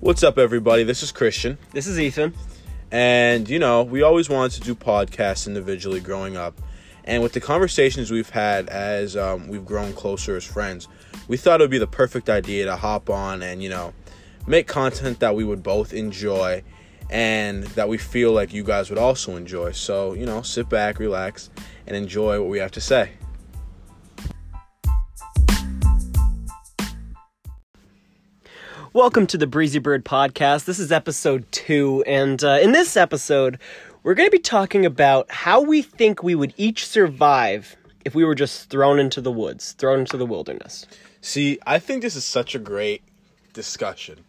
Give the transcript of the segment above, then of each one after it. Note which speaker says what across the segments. Speaker 1: What's up, everybody? This is Christian.
Speaker 2: This is Ethan.
Speaker 1: And, you know, we always wanted to do podcasts individually growing up. And with the conversations we've had as um, we've grown closer as friends, we thought it would be the perfect idea to hop on and, you know, make content that we would both enjoy and that we feel like you guys would also enjoy. So, you know, sit back, relax, and enjoy what we have to say.
Speaker 2: Welcome to the Breezy Bird Podcast. This is episode two, and uh, in this episode, we're going to be talking about how we think we would each survive if we were just thrown into the woods, thrown into the wilderness.
Speaker 1: See, I think this is such a great discussion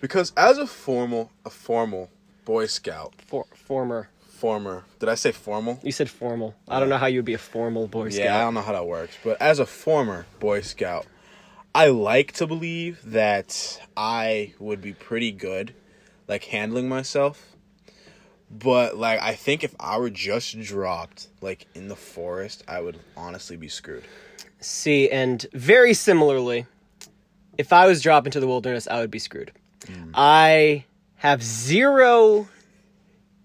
Speaker 1: because as a formal a formal boy scout
Speaker 2: For- former,
Speaker 1: former did I say formal?
Speaker 2: you said formal. I don't know how you would be a formal Boy Scout.
Speaker 1: Yeah, I don't know how that works, but as a former boy scout, I like to believe that I would be pretty good like handling myself. But like I think if I were just dropped like in the forest, I would honestly be screwed.
Speaker 2: See, and very similarly, if I was dropped into the wilderness, I would be screwed. I have zero,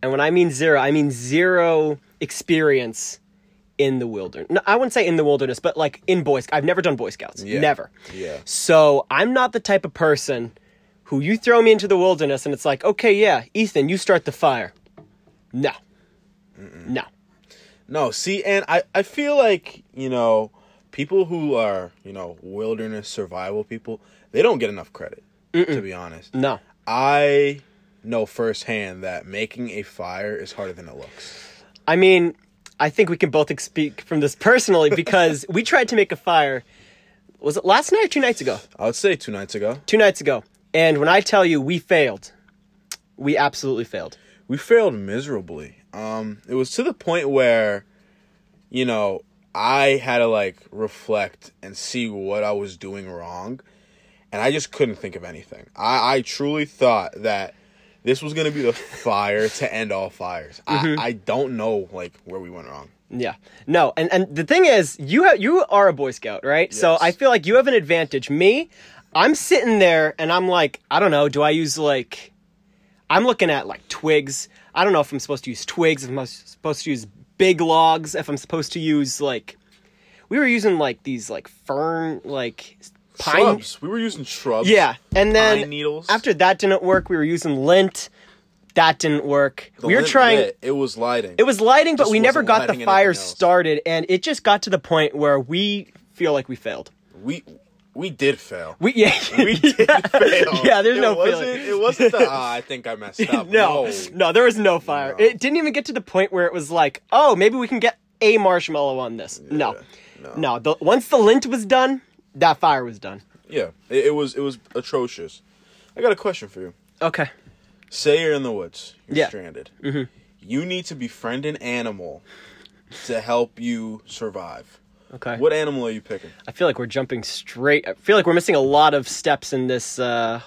Speaker 2: and when I mean zero, I mean zero experience in the wilderness. No, I wouldn't say in the wilderness, but like in Boy Scouts. I've never done Boy Scouts.
Speaker 1: Yeah.
Speaker 2: Never.
Speaker 1: Yeah.
Speaker 2: So I'm not the type of person who you throw me into the wilderness and it's like, okay, yeah, Ethan, you start the fire. No. No.
Speaker 1: No, see, and I, I feel like, you know, people who are, you know, wilderness survival people, they don't get enough credit, to be honest.
Speaker 2: No.
Speaker 1: I know firsthand that making a fire is harder than it looks.
Speaker 2: I mean, I think we can both ex- speak from this personally because we tried to make a fire. Was it last night or two nights ago?
Speaker 1: I would say two nights ago,
Speaker 2: Two nights ago. And when I tell you we failed, we absolutely failed.
Speaker 1: we failed miserably. Um, it was to the point where, you know, I had to like reflect and see what I was doing wrong, and I just couldn't think of anything. I, I truly thought that this was gonna be the fire to end all fires.
Speaker 2: Mm-hmm.
Speaker 1: I, I don't know like where we went wrong.
Speaker 2: Yeah. No, and, and the thing is, you ha- you are a Boy Scout, right? So
Speaker 1: Yes.
Speaker 2: I feel like you have an advantage. Me, I'm sitting there and I'm like, I don't know, do I use like I'm looking at like twigs. I don't know if I'm supposed to use twigs, if I'm supposed to use big logs, if I'm supposed to use like we were using like these like fern like pine
Speaker 1: Shrubs. We were using shrubs.
Speaker 2: Yeah. And then
Speaker 1: Pine needles.
Speaker 2: after that didn't work, we were using lint. That didn't work.
Speaker 1: The
Speaker 2: we were
Speaker 1: lit-
Speaker 2: trying
Speaker 1: lit, It was lighting.
Speaker 2: it was lighting, but
Speaker 1: Just
Speaker 2: we never
Speaker 1: wasn't
Speaker 2: got
Speaker 1: lighting
Speaker 2: the
Speaker 1: anything
Speaker 2: fire
Speaker 1: else.
Speaker 2: started, and it just got to the point where we feel like we failed.
Speaker 1: we we did fail.
Speaker 2: We yeah,
Speaker 1: We did fail.
Speaker 2: Yeah, there's
Speaker 1: it
Speaker 2: no
Speaker 1: wasn't,
Speaker 2: feeling.
Speaker 1: It wasn't the. "Ah, I think I messed up.
Speaker 2: no, no, there was no fire.
Speaker 1: No.
Speaker 2: It didn't even get to the point where it was like, oh, maybe we can get a marshmallow on this. no,
Speaker 1: no.
Speaker 2: no. the, once the lint was done, that fire was done.
Speaker 1: Yeah, it, it was it was atrocious. I got a question for you.
Speaker 2: Okay.
Speaker 1: Say you're in the woods. You're
Speaker 2: Yeah.
Speaker 1: stranded. Mm-hmm. You need to befriend an animal to help you survive.
Speaker 2: Okay.
Speaker 1: What animal are you picking?
Speaker 2: I feel like we're jumping straight. I feel like we're missing a lot of steps in this uh,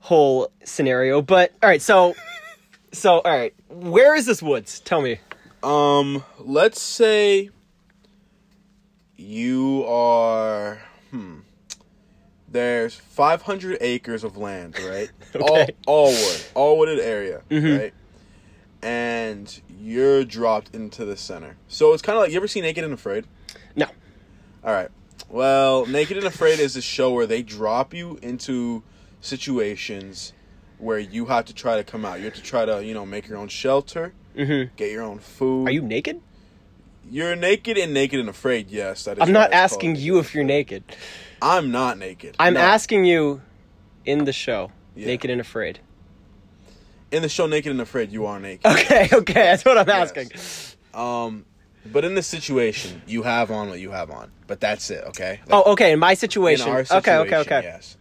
Speaker 2: whole scenario. But all right, so, so all right, where is this woods? Tell me.
Speaker 1: Um, let's say you are hmm there's 500 acres of land, right?
Speaker 2: Okay. Mm-hmm.
Speaker 1: All all wood, all wooded area, right? And you're dropped into the center. So it's kind of like you ever seen Naked and Afraid?
Speaker 2: No.
Speaker 1: All right. Well, Naked and Afraid is a show where they drop you into situations where you have to try to come out. You have to try to, you know, make your own shelter, mm-hmm. get your own food.
Speaker 2: Are you naked?
Speaker 1: You're naked and naked and afraid. Yes, that is.
Speaker 2: I'm
Speaker 1: what
Speaker 2: not
Speaker 1: it's
Speaker 2: asking
Speaker 1: called.
Speaker 2: you if you're naked.
Speaker 1: I'm not naked.
Speaker 2: I'm
Speaker 1: No.
Speaker 2: asking you in the show,
Speaker 1: Yeah.
Speaker 2: naked and afraid.
Speaker 1: in the show Naked and Afraid. You are naked.
Speaker 2: Okay, okay, that's what I'm asking.
Speaker 1: Um, but in this situation, you have on what you have on, but that's it. Okay. Like,
Speaker 2: Oh, okay, in my situation.
Speaker 1: In our
Speaker 2: okay,
Speaker 1: situation,
Speaker 2: okay, okay.
Speaker 1: Yes.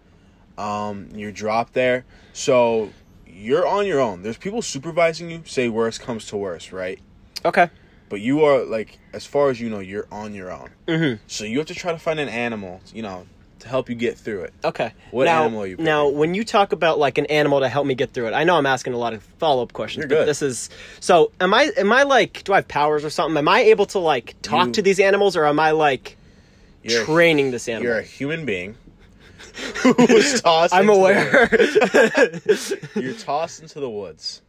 Speaker 1: Um, you're dropped there, so you're on your own. There's people supervising you. Say worse comes to worse, right?
Speaker 2: Okay.
Speaker 1: But you are like, as far as you know, you're on your own. Mm-hmm. So you have to try to find an animal, you know, to help you get through it.
Speaker 2: Okay.
Speaker 1: What
Speaker 2: now,
Speaker 1: animal are you picking?
Speaker 2: Now, when you talk about like an animal to help me get through it, I know I'm asking a lot of follow up questions,
Speaker 1: You're
Speaker 2: but
Speaker 1: good.
Speaker 2: this is so. Am I am I like? Do I have powers or something? Am I able to like talk
Speaker 1: You-
Speaker 2: to these animals, or am I like
Speaker 1: You're a
Speaker 2: training this
Speaker 1: You're
Speaker 2: animal?
Speaker 1: a human being. who was tossed.
Speaker 2: I'm
Speaker 1: into the
Speaker 2: aware.
Speaker 1: woods. You're tossed into the woods.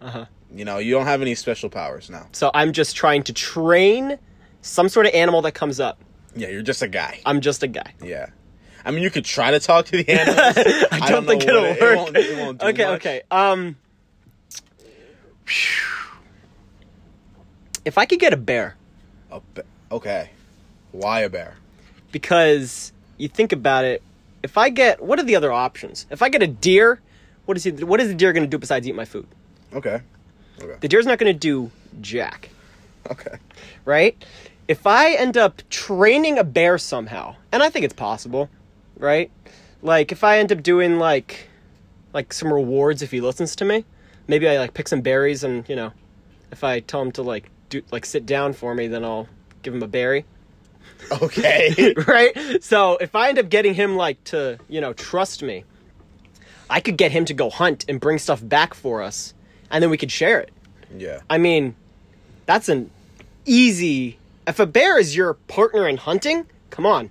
Speaker 2: Uh-huh.
Speaker 1: You know, you don't have any special powers now.
Speaker 2: so I'm just trying to train some sort of animal that comes up.
Speaker 1: Yeah, you're just a guy.
Speaker 2: I'm just a guy.
Speaker 1: Yeah. I mean, you could try to talk to the animals.
Speaker 2: I don't,
Speaker 1: know
Speaker 2: think it'll
Speaker 1: what
Speaker 2: work.
Speaker 1: it- it won't- it won't do
Speaker 2: okay,
Speaker 1: much.
Speaker 2: okay. Um, if I could get a bear,
Speaker 1: A be- okay. Why a bear?
Speaker 2: because you think about it, if I get what are the other options? If I get a deer, what is he? What is the deer going to do besides eat my food?
Speaker 1: Okay.
Speaker 2: The
Speaker 1: Okay.
Speaker 2: deer's not going to do jack,
Speaker 1: Okay.
Speaker 2: right? If I end up training a bear somehow, and I think it's possible, right? Like if I end up doing like, like some rewards if he listens to me, maybe I like pick some berries and you know, if I tell him to like do like sit down for me, then I'll give him a berry.
Speaker 1: Okay.
Speaker 2: right? So if I end up getting him like to, you know, trust me, I could get him to go hunt and bring stuff back for us, and then we could share it.
Speaker 1: yeah.
Speaker 2: I mean, that's an easy. If a bear is your partner in hunting, come on.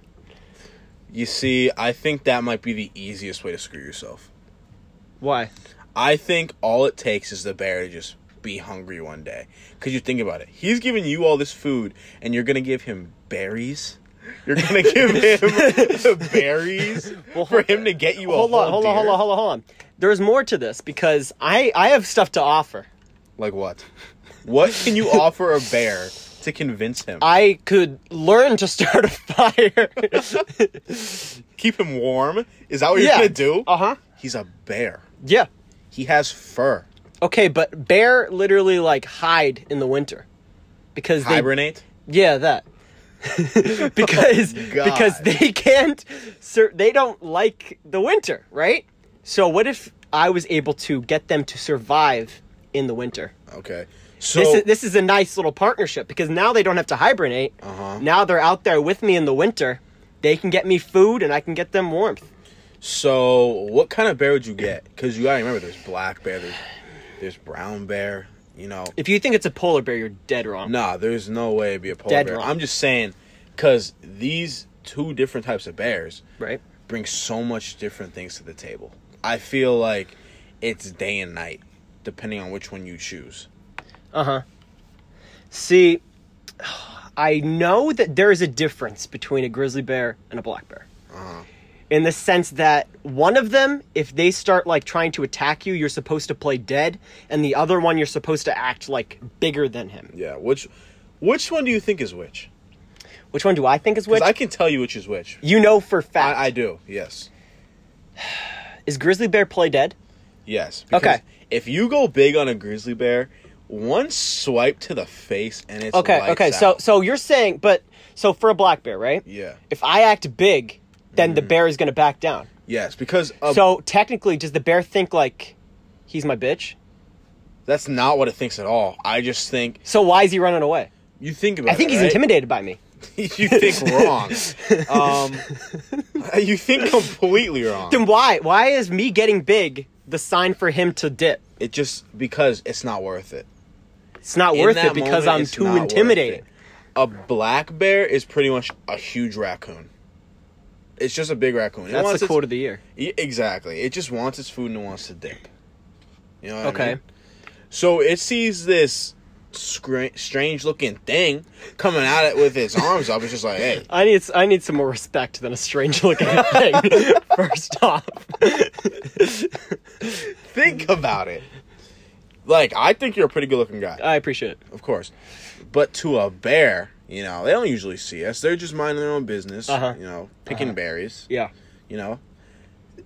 Speaker 1: You see, I think that might be the easiest way to screw yourself.
Speaker 2: Why?
Speaker 1: I think all it takes is the bear to just be hungry one day. Because you think about it, he's giving you all this food, and you're gonna give him berries. You're gonna give him berries for him to get you.
Speaker 2: Hold
Speaker 1: a
Speaker 2: on, hold on, hold
Speaker 1: deer?
Speaker 2: on, hold on, hold on. There's more to this because I I have stuff to offer.
Speaker 1: Like what? What can you offer a bear to convince him?
Speaker 2: I could learn to start a fire.
Speaker 1: Keep him warm. Is that what you're
Speaker 2: Yeah.
Speaker 1: gonna do?
Speaker 2: uh huh.
Speaker 1: He's a bear.
Speaker 2: Yeah.
Speaker 1: He has fur.
Speaker 2: Okay, but bear literally like hide in the winter because they
Speaker 1: Hibernate.
Speaker 2: Yeah, that. because
Speaker 1: God.
Speaker 2: because they can't sur- they don't like the winter, right? So what if I was able to get them to survive in the winter?
Speaker 1: Okay. So
Speaker 2: this is this is a nice little partnership because now they don't have to hibernate.
Speaker 1: Uh-huh.
Speaker 2: Now they're out there with me in the winter. They can get me food and I can get them warmth.
Speaker 1: So, what kind of bear would you get? Because you gotta remember, there's black bear, there's, there's brown bear. You know,
Speaker 2: If you think it's a polar bear, you're dead wrong.
Speaker 1: nah, there's no way it'd be a polar
Speaker 2: Dead
Speaker 1: bear.
Speaker 2: wrong.
Speaker 1: I'm just saying, because these two different types of bears
Speaker 2: Right?
Speaker 1: bring so much different things to the table. I feel like it's day and night, depending on which one you choose.
Speaker 2: See, I know that there is a difference between a grizzly bear and a black bear.
Speaker 1: Uh-huh.
Speaker 2: In the sense that one of them, if they start like trying to attack you, you're supposed to play dead, and the other one, you're supposed to act like bigger than him.
Speaker 1: Yeah, which, which one do you think is which?
Speaker 2: Which one do I think is which?
Speaker 1: Because I can tell you which is which.
Speaker 2: you know for a fact.
Speaker 1: I, I do. Yes.
Speaker 2: is grizzly bear play dead?
Speaker 1: Yes.
Speaker 2: Okay.
Speaker 1: If you go big on a grizzly bear, one swipe to the face and it's
Speaker 2: Okay,
Speaker 1: lights
Speaker 2: okay. So
Speaker 1: out.
Speaker 2: so you're saying, but so for a black bear, right?
Speaker 1: yeah, Mm-hmm.
Speaker 2: If I act big, then the bear is going to back down.
Speaker 1: yes, because uh,
Speaker 2: so technically, does the bear think like he's my bitch?
Speaker 1: that's not what it thinks at all. I just think
Speaker 2: So why is he running away?
Speaker 1: you think about.
Speaker 2: I think
Speaker 1: it,
Speaker 2: he's
Speaker 1: right?
Speaker 2: intimidated by me.
Speaker 1: you think wrong. Um, you think completely wrong.
Speaker 2: Then why? Why is me getting big the sign for him to dip?
Speaker 1: It just because it's not worth it.
Speaker 2: It's not
Speaker 1: In
Speaker 2: worth
Speaker 1: that
Speaker 2: it because
Speaker 1: moment,
Speaker 2: I'm
Speaker 1: it's
Speaker 2: too
Speaker 1: not worth
Speaker 2: intimidating.
Speaker 1: it. A black bear is pretty much a huge raccoon. It's just a big raccoon. It
Speaker 2: That's
Speaker 1: wants
Speaker 2: the
Speaker 1: its-
Speaker 2: quote of the year.
Speaker 1: Yeah, exactly. It just wants its food and it wants to dip. You know what I
Speaker 2: Okay.
Speaker 1: mean? So it sees this scra- strange looking thing coming at it with its arms up. It's just like, hey,
Speaker 2: I need I need some more respect than a strange looking thing. First off,
Speaker 1: think about it. Like, I think you're a pretty good looking guy,
Speaker 2: I appreciate it.
Speaker 1: of course. But to a bear, you know, they don't usually see us. They're just minding their own business,
Speaker 2: Uh-huh.
Speaker 1: you know, picking berries.
Speaker 2: Yeah.
Speaker 1: you know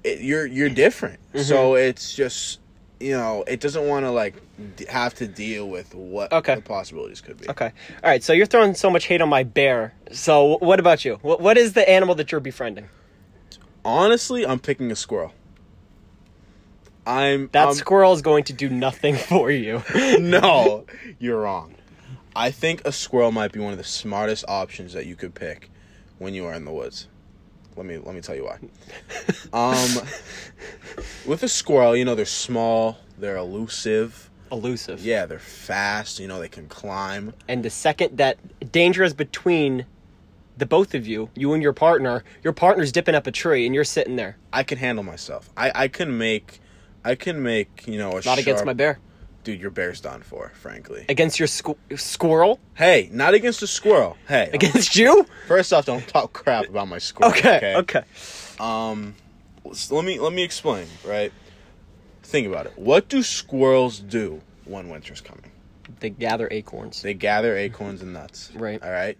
Speaker 1: it, you're you're different
Speaker 2: Mm-hmm.
Speaker 1: so it's just you know it doesn't want to like d- have to deal with what
Speaker 2: Okay.
Speaker 1: the possibilities could be
Speaker 2: Okay. All right. So you're throwing so much hate on my bear. So what about you? What What is the animal that you're befriending?
Speaker 1: honestly i'm picking a squirrel i'm
Speaker 2: That Um,
Speaker 1: I'm-
Speaker 2: squirrel is going to do nothing for you.
Speaker 1: no you're wrong i think a squirrel might be one of the smartest options that you could pick when you are in the woods let me let me tell you why um with a squirrel you know they're small they're elusive
Speaker 2: Elusive.
Speaker 1: yeah they're fast you know they can climb
Speaker 2: and the second that danger is between the both of you, you and your partner, your partner's dipping up a tree and you're sitting there.
Speaker 1: I can handle myself. I I can make, I can make you know a
Speaker 2: Not against
Speaker 1: sharp-
Speaker 2: my bear.
Speaker 1: Dude, your bear's done for, frankly.
Speaker 2: Against your squ- squirrel?
Speaker 1: Hey, not against a squirrel. Hey,
Speaker 2: Against you?
Speaker 1: first off, don't talk crap about my squirrel.
Speaker 2: Okay, okay.
Speaker 1: S- Let me let me explain. Right. Think about it. What do squirrels do when winter's coming?
Speaker 2: They gather acorns.
Speaker 1: They gather acorns and nuts.
Speaker 2: Right.
Speaker 1: All right.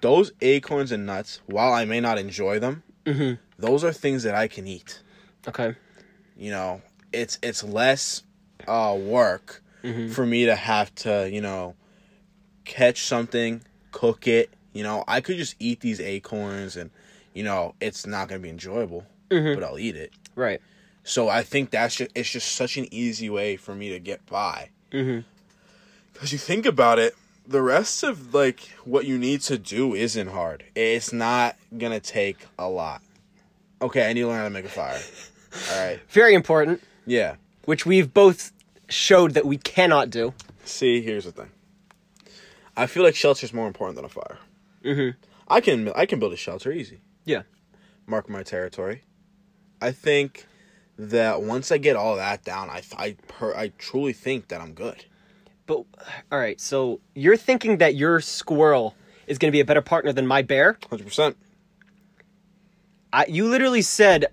Speaker 1: Those acorns and nuts, while I may not enjoy them,
Speaker 2: Mm-hmm.
Speaker 1: those are things that I can eat.
Speaker 2: okay.
Speaker 1: you know it's it's less uh work for me to have to you know catch something cook it you know i could just eat these acorns and you know it's not gonna be enjoyable but i'll eat it
Speaker 2: Right.
Speaker 1: so i think that's just, it's just such an easy way for me to get by because you think about it the rest of like what you need to do isn't hard it's not gonna take a lot okay i need to learn how to make a fire all right
Speaker 2: Very important,
Speaker 1: yeah
Speaker 2: which we've both showed that we cannot do.
Speaker 1: See, here's the thing. I feel like shelter's more important than a fire. Mm-hmm. I can I can build a shelter easy.
Speaker 2: Yeah.
Speaker 1: Mark my territory. I think that once I get all that down, I I per, I truly think that I'm good.
Speaker 2: But all right, so you're thinking that your squirrel is going to be a better partner than my bear?
Speaker 1: Hundred percent.
Speaker 2: I, you literally said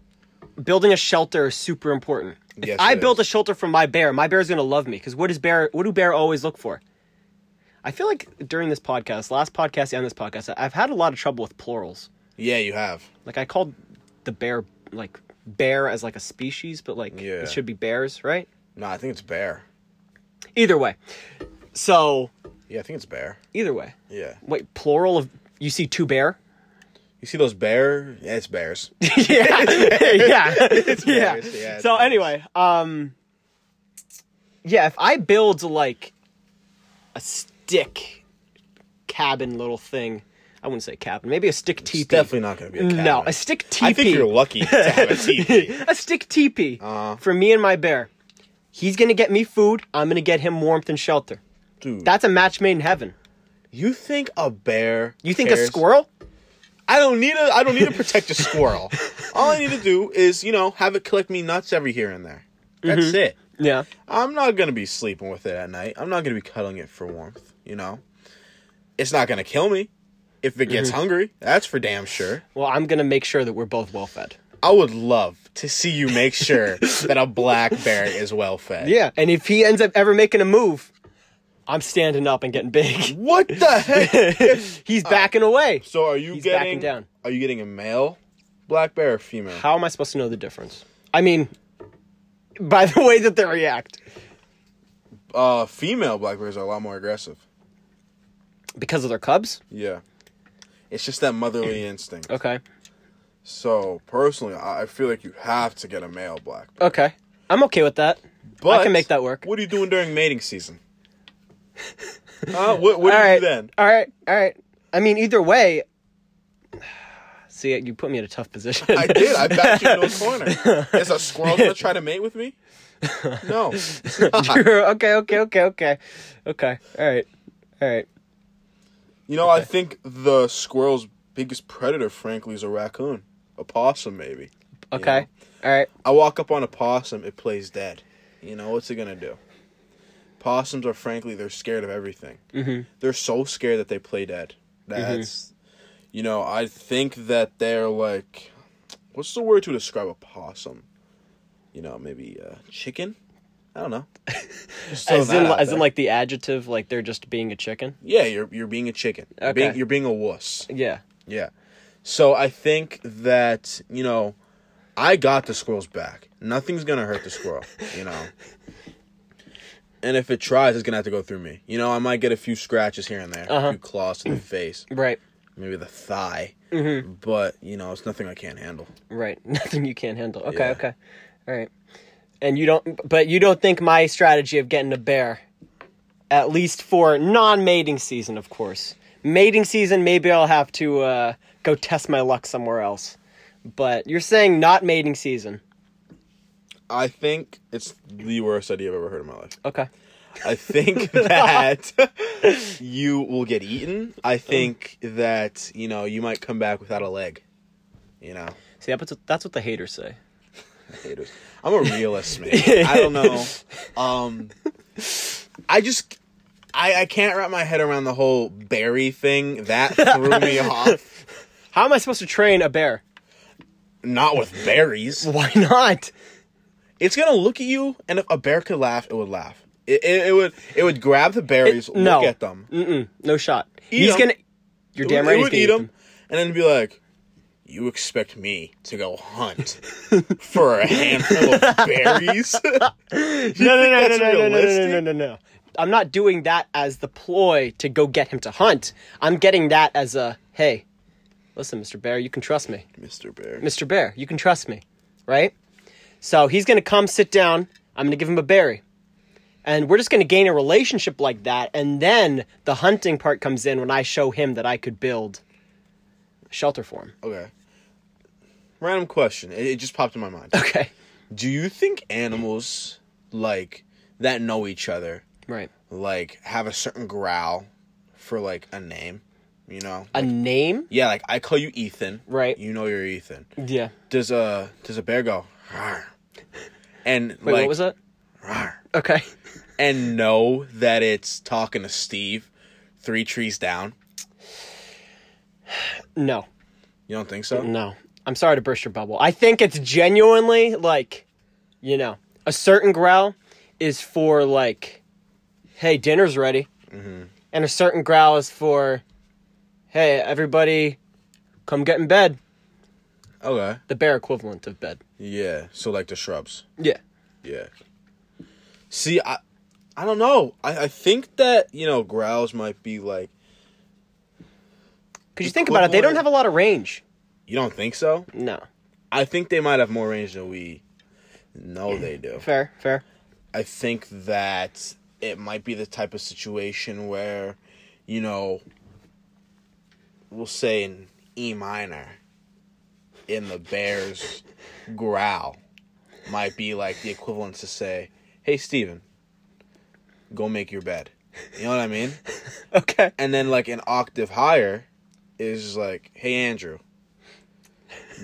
Speaker 2: building a shelter is super important. If
Speaker 1: Yes,
Speaker 2: I
Speaker 1: it
Speaker 2: build
Speaker 1: is.
Speaker 2: a shelter from my bear, my bear's gonna love me because what does bear? What do bear always look for? I feel like during this podcast, last podcast and this podcast, I- I've had a lot of trouble with plurals.
Speaker 1: Yeah, you have.
Speaker 2: Like I called the bear like bear as like a species, but like
Speaker 1: Yeah.
Speaker 2: it should be bears, right?
Speaker 1: No, I think it's bear.
Speaker 2: Either way, so
Speaker 1: Yeah, I think it's bear.
Speaker 2: either way,
Speaker 1: Yeah.
Speaker 2: wait, plural of you see two bear?
Speaker 1: You see those bear? Yeah, it's bears.
Speaker 2: yeah, yeah, yeah.
Speaker 1: bears, yeah, it's
Speaker 2: So
Speaker 1: bears.
Speaker 2: anyway, um, yeah, if I build like a stick cabin little thing, I wouldn't say cabin, maybe a stick teepee.
Speaker 1: It's definitely not gonna be a cabin.
Speaker 2: No, a stick teepee.
Speaker 1: I think you're Uh-huh. lucky to have a teepee.
Speaker 2: a stick teepee for me and my bear. He's gonna get me food. I'm gonna get him warmth and shelter.
Speaker 1: Dude,
Speaker 2: That's a match made in heaven.
Speaker 1: you think a bear?
Speaker 2: You think a
Speaker 1: cares?
Speaker 2: squirrel?
Speaker 1: I don't need a I don't need to protect a squirrel. All I need to do is, you know, have it collect me nuts every here and there. That's
Speaker 2: Mm-hmm.
Speaker 1: it.
Speaker 2: Yeah.
Speaker 1: I'm not gonna be sleeping with it at night. I'm not gonna be cuddling it for warmth, you know? It's not gonna kill me if it
Speaker 2: Mm-hmm.
Speaker 1: gets hungry. That's for damn sure.
Speaker 2: Well, I'm gonna make sure that we're both well fed.
Speaker 1: I would love to see you make sure that a black bear is well fed.
Speaker 2: Yeah, and if he ends up ever making a move, I'm standing up and getting big.
Speaker 1: What the heck?
Speaker 2: He's backing away.
Speaker 1: so are you
Speaker 2: He's
Speaker 1: getting
Speaker 2: backing down.
Speaker 1: Are you getting a male black bear or female?
Speaker 2: How am I supposed to know the difference? I mean, by the way that they react,
Speaker 1: Uh female black bears are a lot more aggressive.
Speaker 2: because of their cubs.
Speaker 1: Yeah. It's just that motherly instinct.
Speaker 2: Okay,
Speaker 1: So personally, I I feel like you have to get a male black.
Speaker 2: okay, I'm okay with that.
Speaker 1: But
Speaker 2: I can make that work.
Speaker 1: What are you doing during mating season? Huh? What, what do
Speaker 2: all
Speaker 1: you
Speaker 2: right,
Speaker 1: do then?
Speaker 2: all right, all right. I mean, either way. See, you put me in a tough position.
Speaker 1: I did. I backed you into a corner. Is a squirrel gonna try to mate with me? No.
Speaker 2: True. okay, okay, okay, okay, okay. All right, all right.
Speaker 1: You know, I think the squirrel's biggest predator, frankly, is a raccoon, a possum, maybe. you
Speaker 2: Okay,
Speaker 1: know?
Speaker 2: all right.
Speaker 1: I walk up on a possum, it plays dead. You know, what's it gonna do? Possums are frankly, they're scared of everything. Mm-hmm. They're so scared that they play dead.
Speaker 2: Mm-hmm.
Speaker 1: That's, you know, I think that they're like, what's the word to describe a possum? You know, maybe uh, chicken? I don't know. Just throw
Speaker 2: as in,
Speaker 1: that out
Speaker 2: as in,
Speaker 1: there.
Speaker 2: like the adjective, like they're just being a chicken.
Speaker 1: yeah, you're, you're being a chicken. You're, being,
Speaker 2: Okay.
Speaker 1: you're being a wuss.
Speaker 2: Yeah.
Speaker 1: Yeah. So I think that, you know, I got the squirrel's back. Nothing's going to hurt the squirrel, you know. And if it tries, it's going to have to go through me. You know, I might get a few scratches here and there, a few claws to the face,
Speaker 2: Right.
Speaker 1: maybe the thigh. But, you know, it's nothing I can't handle.
Speaker 2: Right. Nothing you can't handle. Okay,
Speaker 1: Yeah.
Speaker 2: okay. All right. And you don't but you don't think my strategy of getting a bear at least for non-mating season, of course. Mating season maybe I'll have to uh go test my luck somewhere else. But you're saying not mating season.
Speaker 1: I think it's the worst idea I've ever heard in my life.
Speaker 2: Okay.
Speaker 1: I think that you will get eaten. I think that, you know, you might come back without a leg. You know,
Speaker 2: See, that's what, that's what the haters say.
Speaker 1: haters. I'm a realist, man. I don't know. Um, I just, I, I can't wrap my head around the whole berry thing. That threw me off.
Speaker 2: How am I supposed to train a bear?
Speaker 1: Not with berries.
Speaker 2: Why not?
Speaker 1: It's gonna look at you, and if a bear could laugh, it would laugh. It, it, it would it would grab the berries,
Speaker 2: no.
Speaker 1: look at them,
Speaker 2: Mm-mm, no shot.
Speaker 1: Eat
Speaker 2: he's
Speaker 1: 'em.
Speaker 2: gonna. You're damn
Speaker 1: It
Speaker 2: right. he's
Speaker 1: would
Speaker 2: gonna
Speaker 1: eat them, and then be like, "You expect me to go hunt for a handful of berries?"
Speaker 2: No, no, no, no,
Speaker 1: that's
Speaker 2: no, no, no, no,
Speaker 1: realistic?
Speaker 2: no, no, no, no. I'm not doing that as the ploy to go get him to hunt. I'm getting that as a hey, listen, Mr. Bear, you can trust me.
Speaker 1: Mr. Bear.
Speaker 2: Mr. Bear, you can trust me, right? So he's gonna come sit down. I'm gonna give him a berry. And we're just gonna gain a relationship like that. And then the hunting part comes in when I show him that I could build a shelter for him.
Speaker 1: Okay. Random question. It, it just popped in my mind.
Speaker 2: Okay.
Speaker 1: Do you think animals like that know each other
Speaker 2: Right.
Speaker 1: like have a certain growl for like a name? You know,
Speaker 2: A name?
Speaker 1: yeah. Like I call you Ethan,
Speaker 2: Right.
Speaker 1: You know you're Ethan.
Speaker 2: Yeah.
Speaker 1: Does a does a bear go? "Rawr," And like
Speaker 2: Wait, what was that?
Speaker 1: "Rawr,"
Speaker 2: Okay.
Speaker 1: and know that it's talking to Steve, three trees down.
Speaker 2: No.
Speaker 1: You don't think so?
Speaker 2: No. I'm sorry to burst your bubble. I think it's genuinely like, you know, a certain growl is for like, hey, dinner's ready.
Speaker 1: Mm-hmm.
Speaker 2: And a certain growl is for, hey, everybody, come get in bed.
Speaker 1: Okay.
Speaker 2: The bear equivalent of bed.
Speaker 1: Yeah. So like the shrubs.
Speaker 2: Yeah.
Speaker 1: Yeah. See, I, I don't know. I, I think that you know growls might be like
Speaker 2: Because you think about it, they don't
Speaker 1: Equivalent-
Speaker 2: have a lot of range.
Speaker 1: you don't think so.
Speaker 2: No.
Speaker 1: I think they might have more range than we. No, they do.
Speaker 2: Fair, fair.
Speaker 1: I think that it might be the type of situation where, you know, we'll say in E minor, in the Bears growl, might be like the equivalent to say, hey, Steven, go make your bed. You know what I mean?
Speaker 2: Okay.
Speaker 1: And then, like, an octave higher is like, hey, Andrew,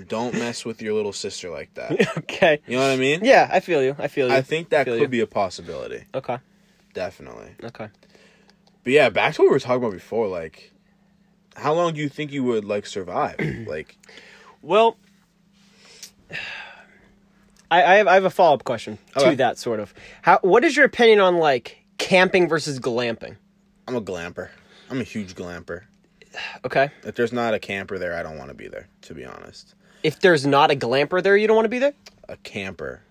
Speaker 1: don't mess with your little sister like that.
Speaker 2: Okay.
Speaker 1: You know what I mean?
Speaker 2: Yeah, I feel you. I feel you.
Speaker 1: I think that
Speaker 2: Feel
Speaker 1: could
Speaker 2: you.
Speaker 1: be a possibility.
Speaker 2: Okay.
Speaker 1: Definitely.
Speaker 2: Okay.
Speaker 1: But yeah, back to what we were talking about before, like how long do you think you would like survive? like
Speaker 2: Well, I, I have I have a follow up question
Speaker 1: Okay.
Speaker 2: to that sort of. How what is your opinion on like camping versus glamping?
Speaker 1: I'm a glamper. I'm a huge glamper.
Speaker 2: Okay,
Speaker 1: If there's not a camper there, I don't want to be there, to be honest.
Speaker 2: if there's not a glamper there, you don't want to be there.
Speaker 1: A camper.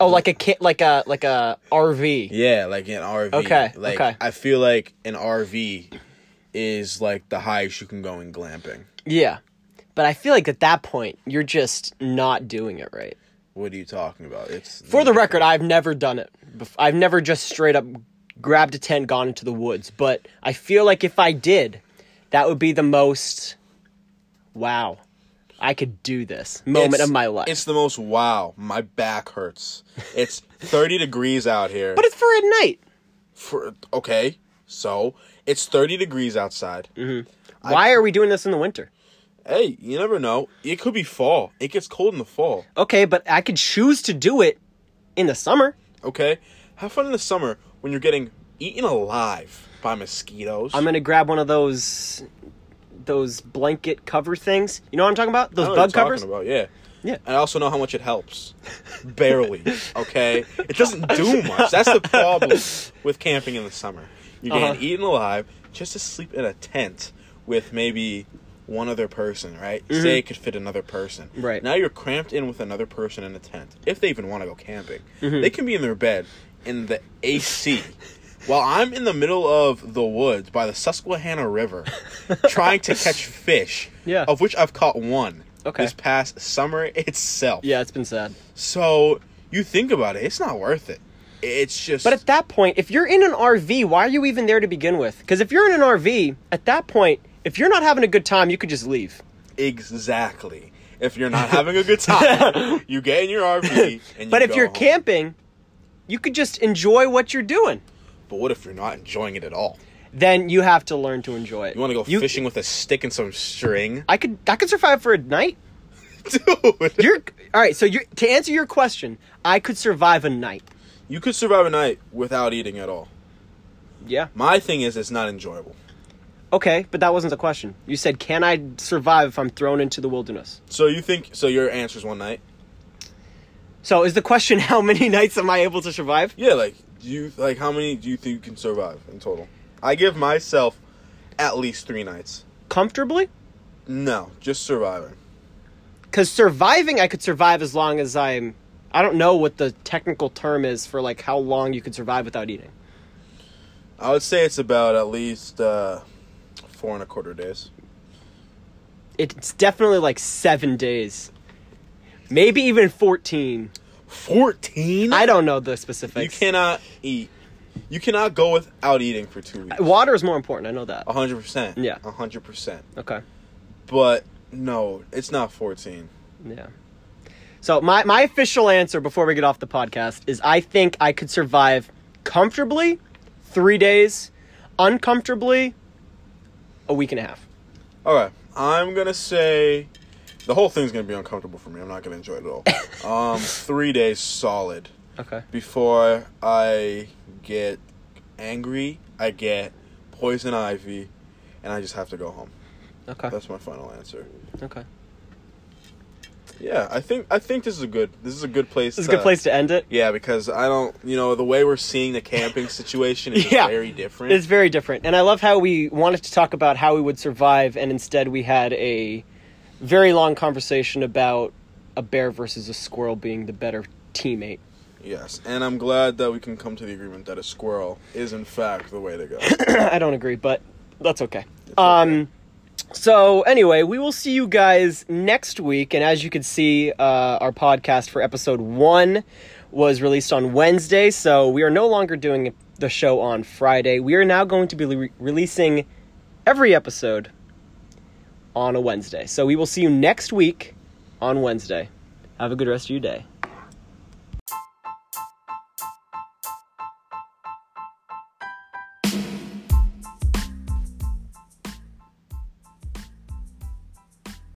Speaker 2: Oh, like a kit, like a like a RV.
Speaker 1: Yeah, like an RV.
Speaker 2: Okay,
Speaker 1: Like
Speaker 2: okay.
Speaker 1: I feel like an RV is like the highest you can go in glamping.
Speaker 2: Yeah, but I feel like at that point you're just not doing it right.
Speaker 1: What are you talking about? It's
Speaker 2: For the record, I've never done it. bef- I've never just straight up grabbed a tent, gone into the woods. But I feel like if I did, that would be the most. Wow, I could do this moment
Speaker 1: It's-
Speaker 2: of my life.
Speaker 1: It's the most wow. My back hurts. It's 30 degrees out here.
Speaker 2: but it's for at night.
Speaker 1: for okay so it's 30 degrees outside
Speaker 2: Why are we doing this in the winter?
Speaker 1: hey you never know it could be fall it gets cold in the fall
Speaker 2: Okay, but I could choose to do it in the summer.
Speaker 1: okay have fun in the summer when you're getting eaten alive by mosquitoes
Speaker 2: I'm gonna grab one of those, those blanket cover things. You know what I'm talking about?
Speaker 1: I
Speaker 2: Those
Speaker 1: know what
Speaker 2: bug
Speaker 1: you're talking
Speaker 2: covers.
Speaker 1: about yeah
Speaker 2: Yeah.
Speaker 1: and i also know how much it helps barely okay it doesn't do much that's the problem with camping in the summer you're getting
Speaker 2: Uh-huh.
Speaker 1: eaten alive just to sleep in a tent with maybe one other person right say it could fit another person
Speaker 2: Mm-hmm. Right.
Speaker 1: now you're cramped in with another person in a tent if they even want to go camping
Speaker 2: Mm-hmm.
Speaker 1: they can be in their bed in the ac while i'm in the middle of the woods by the susquehanna river trying to catch fish
Speaker 2: Yeah.
Speaker 1: of which i've caught one
Speaker 2: Okay.
Speaker 1: this past summer itself
Speaker 2: Yeah, it's been sad.
Speaker 1: so you think about it it's not worth it it's just
Speaker 2: But at that point, if you're in an RV, why are you even there to begin with? Because if you're in an RV, at that point, if you're not having a good time, you could just leave.
Speaker 1: exactly if you're not having a good time you get in your rv and you
Speaker 2: But if
Speaker 1: go
Speaker 2: you're
Speaker 1: home.
Speaker 2: camping, You could just enjoy what you're doing.
Speaker 1: But what if you're not enjoying it at all?
Speaker 2: Then you have to learn to enjoy it.
Speaker 1: You want to go fishing with a stick and some string?
Speaker 2: I could I could survive for a night.
Speaker 1: Dude.
Speaker 2: You're all right. So you are to answer your question, I could survive a night.
Speaker 1: You could survive a night without eating at all.
Speaker 2: Yeah.
Speaker 1: My thing is, it's not enjoyable.
Speaker 2: Okay, but that wasn't the question. You said, "Can I survive if I'm thrown into the wilderness?"
Speaker 1: So you think? So your answer's one night?
Speaker 2: So is the question, "How many nights am I able to survive?"
Speaker 1: Yeah. Like do you like how many do you think you can survive in total? I give myself at least three nights.
Speaker 2: Comfortably,
Speaker 1: No, just surviving.
Speaker 2: because surviving, I could survive as long as I'm. I don't know what the technical term is for like how long you could survive without eating.
Speaker 1: I would say it's about at least uh, four and a quarter days.
Speaker 2: It's definitely like seven days, maybe even fourteen.
Speaker 1: Fourteen.
Speaker 2: I don't know the
Speaker 1: You
Speaker 2: specifics.
Speaker 1: cannot eat. You cannot go without eating for two weeks.
Speaker 2: Water is more important. I know that.
Speaker 1: A hundred percent.
Speaker 2: Yeah.
Speaker 1: A hundred percent.
Speaker 2: Okay.
Speaker 1: But no, it's not fourteen.
Speaker 2: Yeah. So my, my official answer before we get off the podcast is I think I could survive comfortably three days, uncomfortably a week and a half.
Speaker 1: All right. I'm gonna say the whole thing's gonna be uncomfortable for me. I'm not gonna enjoy it at all. um, three days solid
Speaker 2: Okay.
Speaker 1: before I get angry. I get poison ivy, and I just have to go home.
Speaker 2: Okay.
Speaker 1: That's my final answer.
Speaker 2: Okay.
Speaker 1: Yeah, I think I think this is a good this is a good place.
Speaker 2: This is a good place to end it.
Speaker 1: Yeah, because I don't, you know, the way we're seeing the camping situation is
Speaker 2: Yeah.
Speaker 1: very different.
Speaker 2: It's very different. And I love how we wanted to talk about how we would survive and instead we had a very long conversation about a bear versus a squirrel being the better teammate.
Speaker 1: yes, and I'm glad that we can come to the agreement that a squirrel is in fact the way to go.
Speaker 2: I don't agree, but that's okay. Um, so anyway, we will see you guys next week, and as you can see, uh, our podcast for episode one was released on Wednesday, so we are no longer doing the show on Friday. We are now going to be re- releasing every episode on a Wednesday. So we will see you next week on Wednesday. Have a good rest of your day.